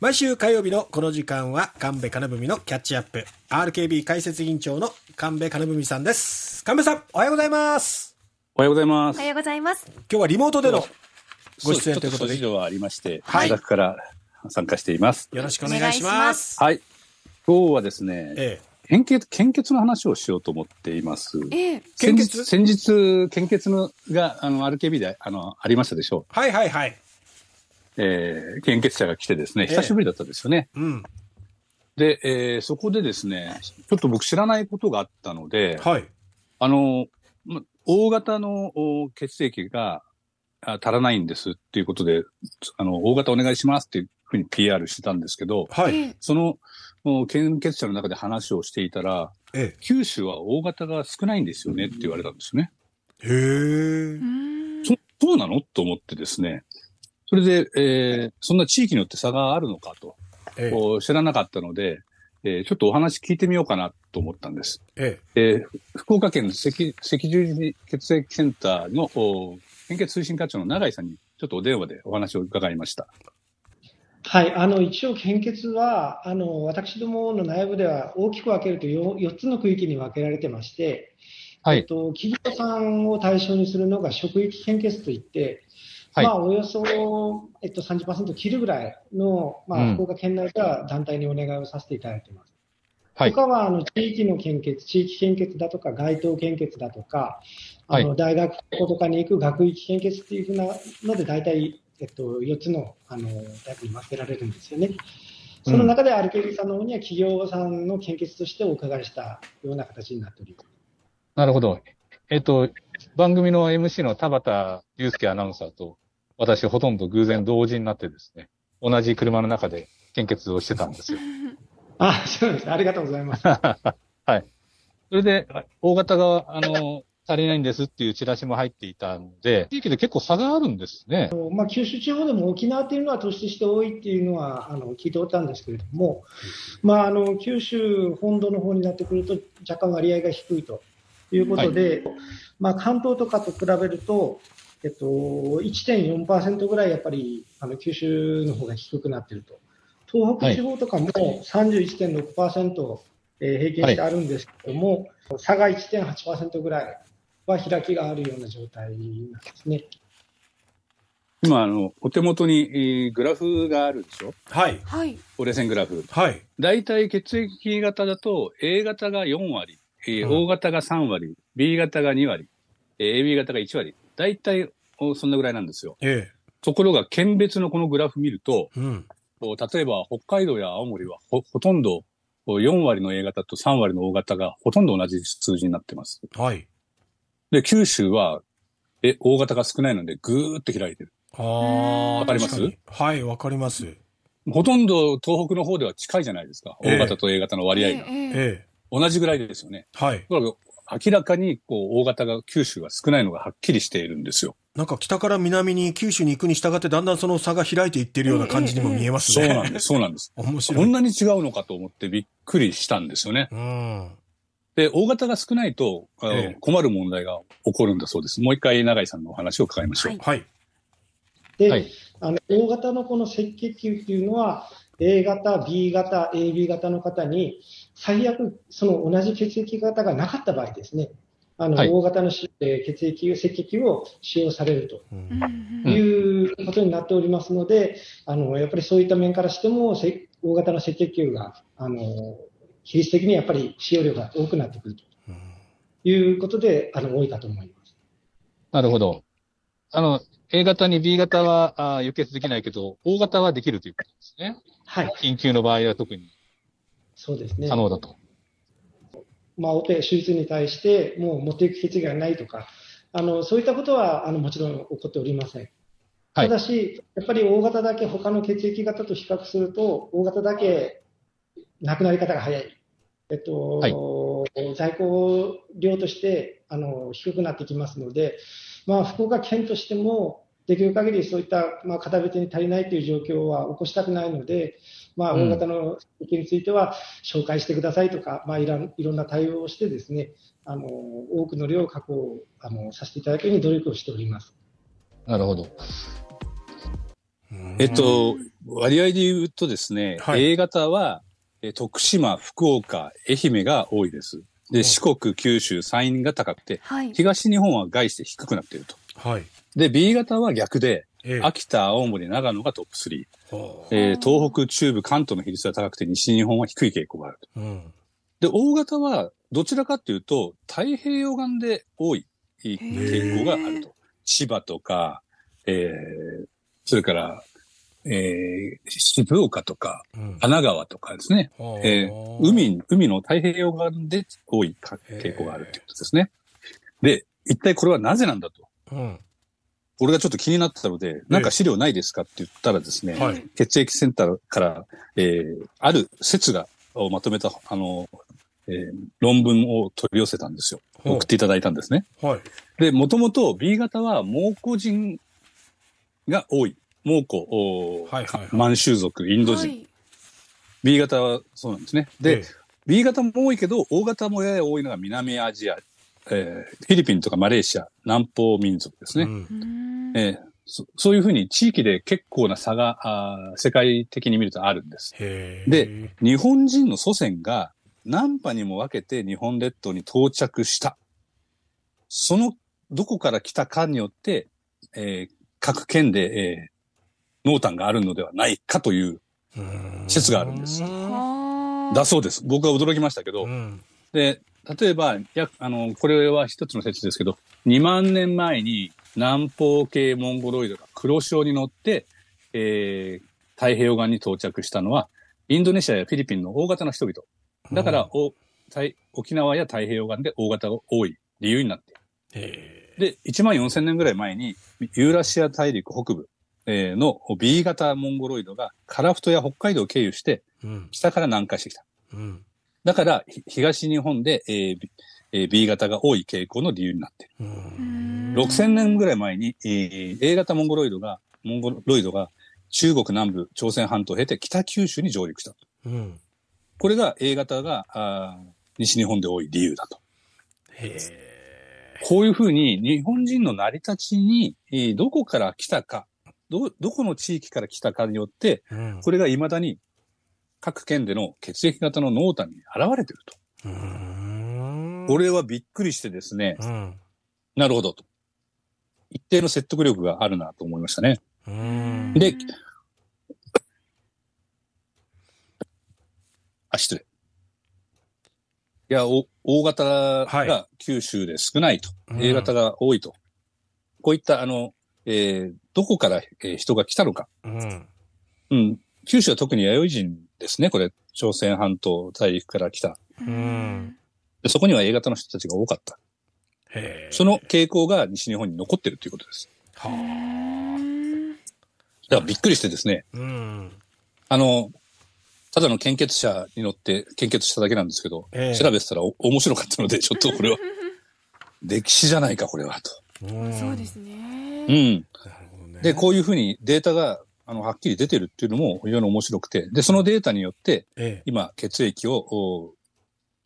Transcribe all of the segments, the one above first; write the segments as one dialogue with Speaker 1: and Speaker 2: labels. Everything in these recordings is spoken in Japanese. Speaker 1: 毎週火曜日のこの時間は神戸金文のキャッチアップ RKB 解説委員長の神戸金文さんです神戸さんおはようございます
Speaker 2: おはようございま
Speaker 3: お
Speaker 2: す
Speaker 3: は。ようございます。
Speaker 1: 今日はリモートでのご出演
Speaker 2: そ
Speaker 1: ということで
Speaker 2: ちょっ諸事情はありまして、
Speaker 1: はい
Speaker 2: 自宅から参加しています。
Speaker 1: よろしくお願いします
Speaker 2: はい。今日はですね、
Speaker 1: え
Speaker 2: 献血、献血の話をしようと思っています。
Speaker 3: ええ、
Speaker 1: 献
Speaker 2: 先
Speaker 1: 血
Speaker 2: 日、先日、献血のが、あの、RKB で、あの、ありましたでしょ。
Speaker 1: えはいはいはいう
Speaker 2: えー献血者が来てですね、
Speaker 1: ええ
Speaker 2: 久しぶりだったんですよね。
Speaker 1: うん
Speaker 2: で、えーそこでですね、ちょっと僕知らないことがあったので、
Speaker 1: はい
Speaker 2: あの、ま、大型のお血液があ足らないんですっていうことで、あの、大型お願いしますっていうふうに PR してたんですけど、
Speaker 1: は
Speaker 3: え
Speaker 1: い
Speaker 3: え
Speaker 2: その、お献血者の中で話をしていたら、
Speaker 1: え
Speaker 2: 九州は大型が少ないんですよねって言われたんですよね。
Speaker 1: えへえ
Speaker 3: うーん
Speaker 2: そそうなのと思ってですね。それで、えーそんな地域によって差があるのかと、
Speaker 1: え
Speaker 2: こう知らなかったので、えーちょっとお話聞いてみようかなと思ったんです。
Speaker 1: え
Speaker 2: えー福岡県赤赤十字血液センターのお献血推進課長の永井さんにちょっとお電話でお話を伺いました。
Speaker 4: はい、あの一応、献血はあの私どもの内部では大きく分けると 4, つの区域に分けられてまして、
Speaker 2: はい
Speaker 4: えっと、企業さんを対象にするのが職域献血といって、
Speaker 2: はい
Speaker 4: まあ、およそ、えっと、30%切るぐらいの、ま
Speaker 2: うん
Speaker 4: あ、福岡県内では団体にお願いをさせていただいています。
Speaker 2: はい
Speaker 4: 他はあの地域の献血、地域献血だとか、街頭献血だとか、あの大学とかに行く学域献血っていうふうなので、大体、えっと、4つのあのタイプに分けられるんですよね。その中で RKB さんの方には企業さんの献血としてお伺いしたような形になっております。
Speaker 5: なるほど。えっと、番組の MC の田畑祐介アナウンサーと、私ほとんど偶然同時になってですね、同じ車の中で献血をしてたんで すよ。
Speaker 4: あ、そうです。ありがとうございます。
Speaker 5: はい。それで、大型が、あの、足りないんですっていうチラシも入っていたので、地域で結構差があるんですね。
Speaker 4: まあ、九州地方でも沖縄っていうのは突出して多いっていうのはあの聞いておったんですけれども、まあ、あの九州本土の方になってくると若干割合が低いということで、まあ、関東とかと比べると、えっと、1.4%ぐらいやっぱりあの九州の方が低くなっていると。東北地方とかも31.6%、えー平均してあるんですけども、差が1.8%ぐらいは開きがあるような状態なんですね。
Speaker 2: 今、あの、お手元に、えーグラフがあるでしょ
Speaker 1: はい
Speaker 3: はい。
Speaker 2: 折れ線グラフ。
Speaker 1: はい
Speaker 2: 大体血液型だと A 型が4割、えー
Speaker 1: うん
Speaker 2: O 型が3割、B 型が2割、えー AB 型が1割。大体おそんなぐらいなんですよ。
Speaker 1: え
Speaker 2: ところが県別のこのグラフ見ると、
Speaker 1: えうん
Speaker 2: こう例えば北海道や青森はほほとんどこう4割の A 型と3割の O 型がほとんど同じ数字になってます。
Speaker 1: はい
Speaker 2: で、九州はえ O 型が少ないのでぐーっと開いてる。
Speaker 1: ああ
Speaker 2: わかります
Speaker 1: はいわかります
Speaker 2: ほとんど東北の方では近いじゃないですか。
Speaker 1: ええ
Speaker 2: O 型と A 型の割合が。
Speaker 3: ええ
Speaker 1: ええ
Speaker 2: 同じぐらいですよね。
Speaker 1: はい
Speaker 2: だから明らかにこう O 型が九州が少ないのがはっきりしているんですよ。
Speaker 1: なんか北から南に九州に行くに従ってだんだんその差が開いていってるような感じにも見えます
Speaker 2: そう
Speaker 1: ね。
Speaker 2: なんです。そうなんです。
Speaker 1: 面白
Speaker 2: こん
Speaker 1: い。
Speaker 2: なに違うのかと思ってびっくりしたんですよね。
Speaker 1: うん。
Speaker 2: で、大型が少ないと、あの
Speaker 1: ええ
Speaker 2: 困る問題が起こるんだそうです。もう一回、永井さんのお話を伺いましょう。
Speaker 3: はい
Speaker 1: はい。
Speaker 4: で、
Speaker 5: はい
Speaker 4: あの O 型のこの赤血球っていうのは A 型、B 型、AB 型の方に最悪その同じ血液型がなかった場合ですね。あの、
Speaker 5: はい
Speaker 4: O 型のしえー血液、赤血球を使用されると
Speaker 1: うん
Speaker 3: うんうん
Speaker 4: いうことになっておりますので、あのやっぱりそういった面からしても、せ O 型の赤血球があの比率的にやっぱり使用量が多くなってくると
Speaker 1: うん
Speaker 4: いうことで、あの多いかと思います。
Speaker 5: なるほど。あの、A 型に B 型はあ輸血できないけど、O 型はできるということですね。
Speaker 4: はい、
Speaker 5: 緊急の場合は特に
Speaker 4: そうですね。
Speaker 5: 可能だと。
Speaker 4: まあ、オペ、手術に対して、もう持っていく決意がないとか、あのそういったことはあのもちろん起こっておりません。
Speaker 5: は
Speaker 4: た
Speaker 5: い
Speaker 4: だし、やっぱり大型だけ、他の血液型と比較すると、大型だけ亡くなり方が早い、えっと
Speaker 5: はい
Speaker 4: 在庫量としてあの低くなってきますので、まあ、福岡県としても、できる限りそういった、まあ、片手に足りないという状況は起こしたくないので、まあ、
Speaker 5: うん
Speaker 4: 大型の血液については、紹介してくださいとか、まあ、いらんいろんな対応をしてですねあの多くの量を確保あのさせていただくように努力をしております。
Speaker 5: なるほど。
Speaker 2: えっと、割合で言うとですね、
Speaker 1: はい
Speaker 2: A 型は、えー徳島、福岡、愛媛が多いです。で、四国、九州、山陰が高くて、
Speaker 3: はい。
Speaker 2: 東日本は概して低くなっていると。
Speaker 1: はい。
Speaker 2: で、B 型は逆で、
Speaker 1: ええ
Speaker 2: 秋田、青森、長野がトップ3。
Speaker 1: ほう
Speaker 2: えー東北、中部、関東の比率が高くて、西日本は低い傾向があると。
Speaker 1: うん。
Speaker 2: で、大型は、どちらかというと、太平洋岸で多い傾向があると。千葉とか、えーそれから、えー静岡とか、
Speaker 1: うん
Speaker 2: 神奈川とかですね。
Speaker 1: ほう
Speaker 2: えー海、海の太平洋岸で多いか傾向があるということですね。で、一体これはなぜなんだと。
Speaker 1: うん。
Speaker 2: 俺がちょっと気になってたので、なんか資料ないですかって言ったらですね、
Speaker 1: はい。
Speaker 2: 血液センターから、えーある説が、をまとめた、あの、えー論文を取り寄せたんですよ。
Speaker 1: ほう
Speaker 2: 送っていただいたんですね。
Speaker 1: はい。
Speaker 2: で、もともと B 型は蒙古人が多い。蒙古、おー
Speaker 1: はいはいはい
Speaker 2: 満州族、インド
Speaker 3: は
Speaker 2: 人。
Speaker 3: い
Speaker 2: B 型はそうなんですね。で、
Speaker 1: え
Speaker 2: B 型も多いけど、O 型もやや多いのが南アジア、えーフィリピンとかマレーシア、南方民族です
Speaker 1: え
Speaker 2: ね。
Speaker 1: うん
Speaker 3: うーん
Speaker 2: えーそそういうふうに地域で結構な差があー世界的に見るとあるんです。
Speaker 1: へえ。
Speaker 2: で、日本人の祖先が何波にも分けて日本列島に到着した。そのどこから来たかによって、えー各県で、えー濃淡があるのではないかという、
Speaker 1: うん
Speaker 2: 説があるんです
Speaker 1: う
Speaker 3: はー
Speaker 2: だそうです。僕は驚きましたけど、
Speaker 1: ん。
Speaker 2: で、例えば、やあの、これは一つの説ですけど、2万年前に南方系モンゴロイドが黒潮に乗って、えー太平洋岸に到着したのは、インドネシアやフィリピンの大型の人々。だから、お太沖縄や太平洋岸で大型が多い理由になっている
Speaker 1: へ
Speaker 2: で、1万4000年ぐらい前に、ユーラシア大陸北部えーの B 型モンゴロイドがカラフトや北海道を経由して、
Speaker 1: え。うん。
Speaker 2: 北から南下してきた。
Speaker 1: うん。
Speaker 2: だから、ひ東日本で、えー B えー B 型が多い傾向の理由になっている。
Speaker 1: う。
Speaker 3: うんーん
Speaker 2: 6000年ぐらい前に、えー A 型モンゴロイドが、モンゴロイドが中国南部、朝鮮半島を経て北九州に上陸した。
Speaker 1: うん。
Speaker 2: これが A 型があー西日本で多い理由だと。
Speaker 1: へ
Speaker 2: こういうふうに日本人の成り立ちに、えーどこから来たか、ど、どこの地域から来たかによって、
Speaker 1: え。うん。
Speaker 2: これが未だに各県での血液型の濃淡に現れていると。
Speaker 1: うん。
Speaker 2: 俺はびっくりしてですね、
Speaker 1: うん。
Speaker 2: なるほどと。一定の説得力があるなと思いましたね。
Speaker 1: うん。
Speaker 2: であ、失礼。いや、お大型
Speaker 1: はい
Speaker 2: が九州で少ないと。
Speaker 1: うん
Speaker 2: A 型が多いと。こういった、あの、えーどこから、えー人が来たのか。
Speaker 1: うん。
Speaker 2: うん。九州は特に弥生人ですね。これ、朝鮮半島大陸から来た。
Speaker 3: うー
Speaker 1: うん
Speaker 3: ん
Speaker 2: でそこには A 型の人たちが多かった。
Speaker 1: へえ。
Speaker 2: その傾向が西日本に残ってるということです。
Speaker 1: は
Speaker 3: う
Speaker 1: あ。
Speaker 3: ーん
Speaker 2: だからびっくりしてですね、
Speaker 1: うん。
Speaker 2: あの、ただの献血者に乗って献血しただけなんですけど、
Speaker 1: ええ
Speaker 2: 調べてたらお面白かったので、ちょっとこれは、 歴史じゃないか、これは、と。
Speaker 1: うん
Speaker 3: そうです
Speaker 2: う
Speaker 3: ね。
Speaker 2: ん。
Speaker 1: なるほどね。
Speaker 2: で、こういうふうにデータが、あの、はっきり出てるっていうのも非常に面白くて、で、そのデータによって、
Speaker 1: え
Speaker 2: 今、血液を、お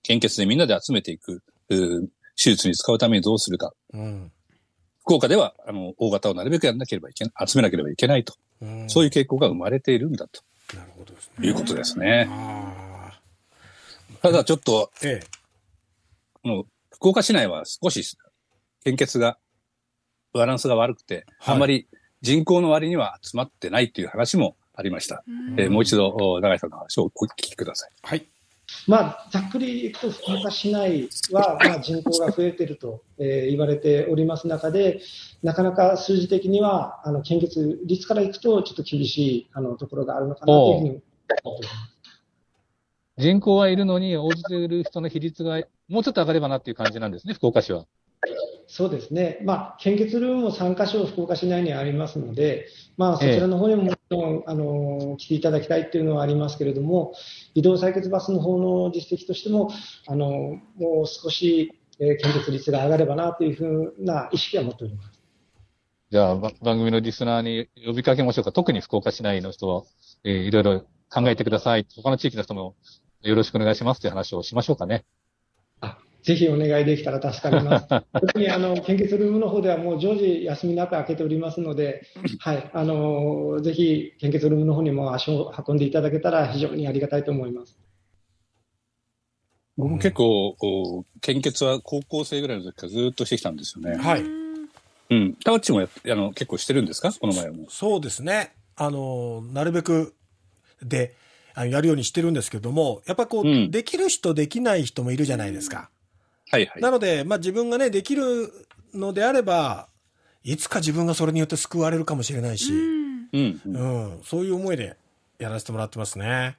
Speaker 2: 献血でみんなで集めていく、う手術に使うためにどうするか。
Speaker 1: え。うん。
Speaker 2: 福岡では、あの、大型をなるべくやらなければいけない、集めなければいけないと。
Speaker 1: うん
Speaker 2: そういう傾向が生まれているんだ、と
Speaker 1: なるほどです
Speaker 2: い
Speaker 1: ね。
Speaker 2: うことで すね。
Speaker 1: ああ。
Speaker 2: ただ、ちょっと、
Speaker 1: え
Speaker 2: この福岡市内は少し献血が、バランスが悪くて、
Speaker 1: はい
Speaker 2: あまり人口の割には集まってないという話もありました。
Speaker 3: うん
Speaker 2: えーもう一度、お永井さんの話をお聞きください。
Speaker 4: まあ、ざっくり言うと、福岡市内は、まあ、人口が増えてると、えー言われております中で、なかなか数字的には、あの献血率からいくと、ちょっと厳しいあのところがあるのかなというふうに思っております。
Speaker 5: 人口はいるのに、応じている人の比率がもうちょっと上がればなっていう感じなんですね、福岡市は。
Speaker 4: そうですね、まあ、献血ルームも3カ所、福岡市内にありますので、まあ、そちらの方にももちろん、あの来ていただきたいっていうのはありますけれども、移動採血バスの方の実績としても、あのもう少し、えー献血率が上がればなというふうな意識は持っております。
Speaker 5: じゃあ、ば番組のリスナーに呼びかけましょうか。特に福岡市内の人は、えーいろいろ考えてください。他の地域の人もよろしくお願いしますという話をしましょうかね。
Speaker 4: ぜひお願いできたら助かります。特にあの献血ルームの方ではもう常時休みなく開けておりますので、はい、あのぜひ献血ルームの方にも足を運んでいただけたら非常にありがたいと思います。
Speaker 2: 僕も結構、こう献血は高校生ぐらいの時からずっとしてきたんですよね。
Speaker 1: はい。
Speaker 2: うん。タワチもやっあの結構してるんですかこの前も。
Speaker 1: そうですね。あの、なるべくで、あのやるようにしてるんですけども、やっぱこう、
Speaker 2: うん
Speaker 1: できる人、できない人もいるじゃないですか。
Speaker 2: はいはい。
Speaker 1: なので、まあ自分がね、できるのであれば、いつか自分がそれによって救われるかもしれないし、
Speaker 3: うん
Speaker 2: うん、う
Speaker 1: うんん、そういう思いでやらせてもらってますね。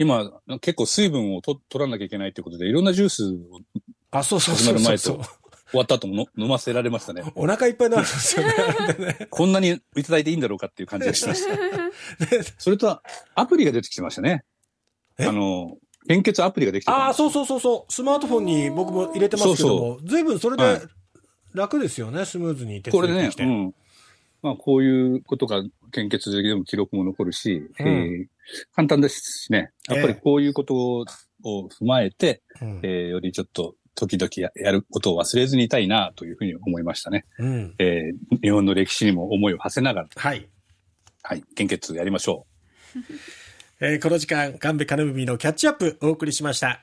Speaker 2: 今、結構水分をと取らなきゃいけないということで、いろんなジュースを
Speaker 1: あ、そうそうそうそうそう
Speaker 2: 始まる終わった後もの飲ませられましたね。
Speaker 1: お腹いっぱいになるんですよね。あれでね
Speaker 2: こんなにいただいていいんだろうかっていう感じがし ました。それと、アプリが出てきてましたね。
Speaker 1: え
Speaker 2: あの、献血アプリができて
Speaker 1: ああ、
Speaker 2: た。
Speaker 1: そうそうそうそう。スマートフォンに僕も入れてますけども、随分それ
Speaker 2: はい
Speaker 1: で楽ですよね、スムーズに手
Speaker 2: こ
Speaker 1: 続
Speaker 2: れ
Speaker 1: き
Speaker 2: で
Speaker 1: で
Speaker 2: ね
Speaker 1: き、て。
Speaker 2: うん。まあ、こういうことが献血でも記録も残るし、
Speaker 1: うん
Speaker 2: えー簡単ですしね。やっぱりこういうことをを踏まえて、
Speaker 1: うん
Speaker 2: えーよりちょっと時々ややることを忘れずにいたいなというふうに思いましたね。
Speaker 1: うん。
Speaker 2: えー日本の歴史にも思いを馳せながら、
Speaker 1: はい。
Speaker 2: はい、献血やりましょう。
Speaker 1: えーこの時間、神戸金文のキャッチアップお送りしました。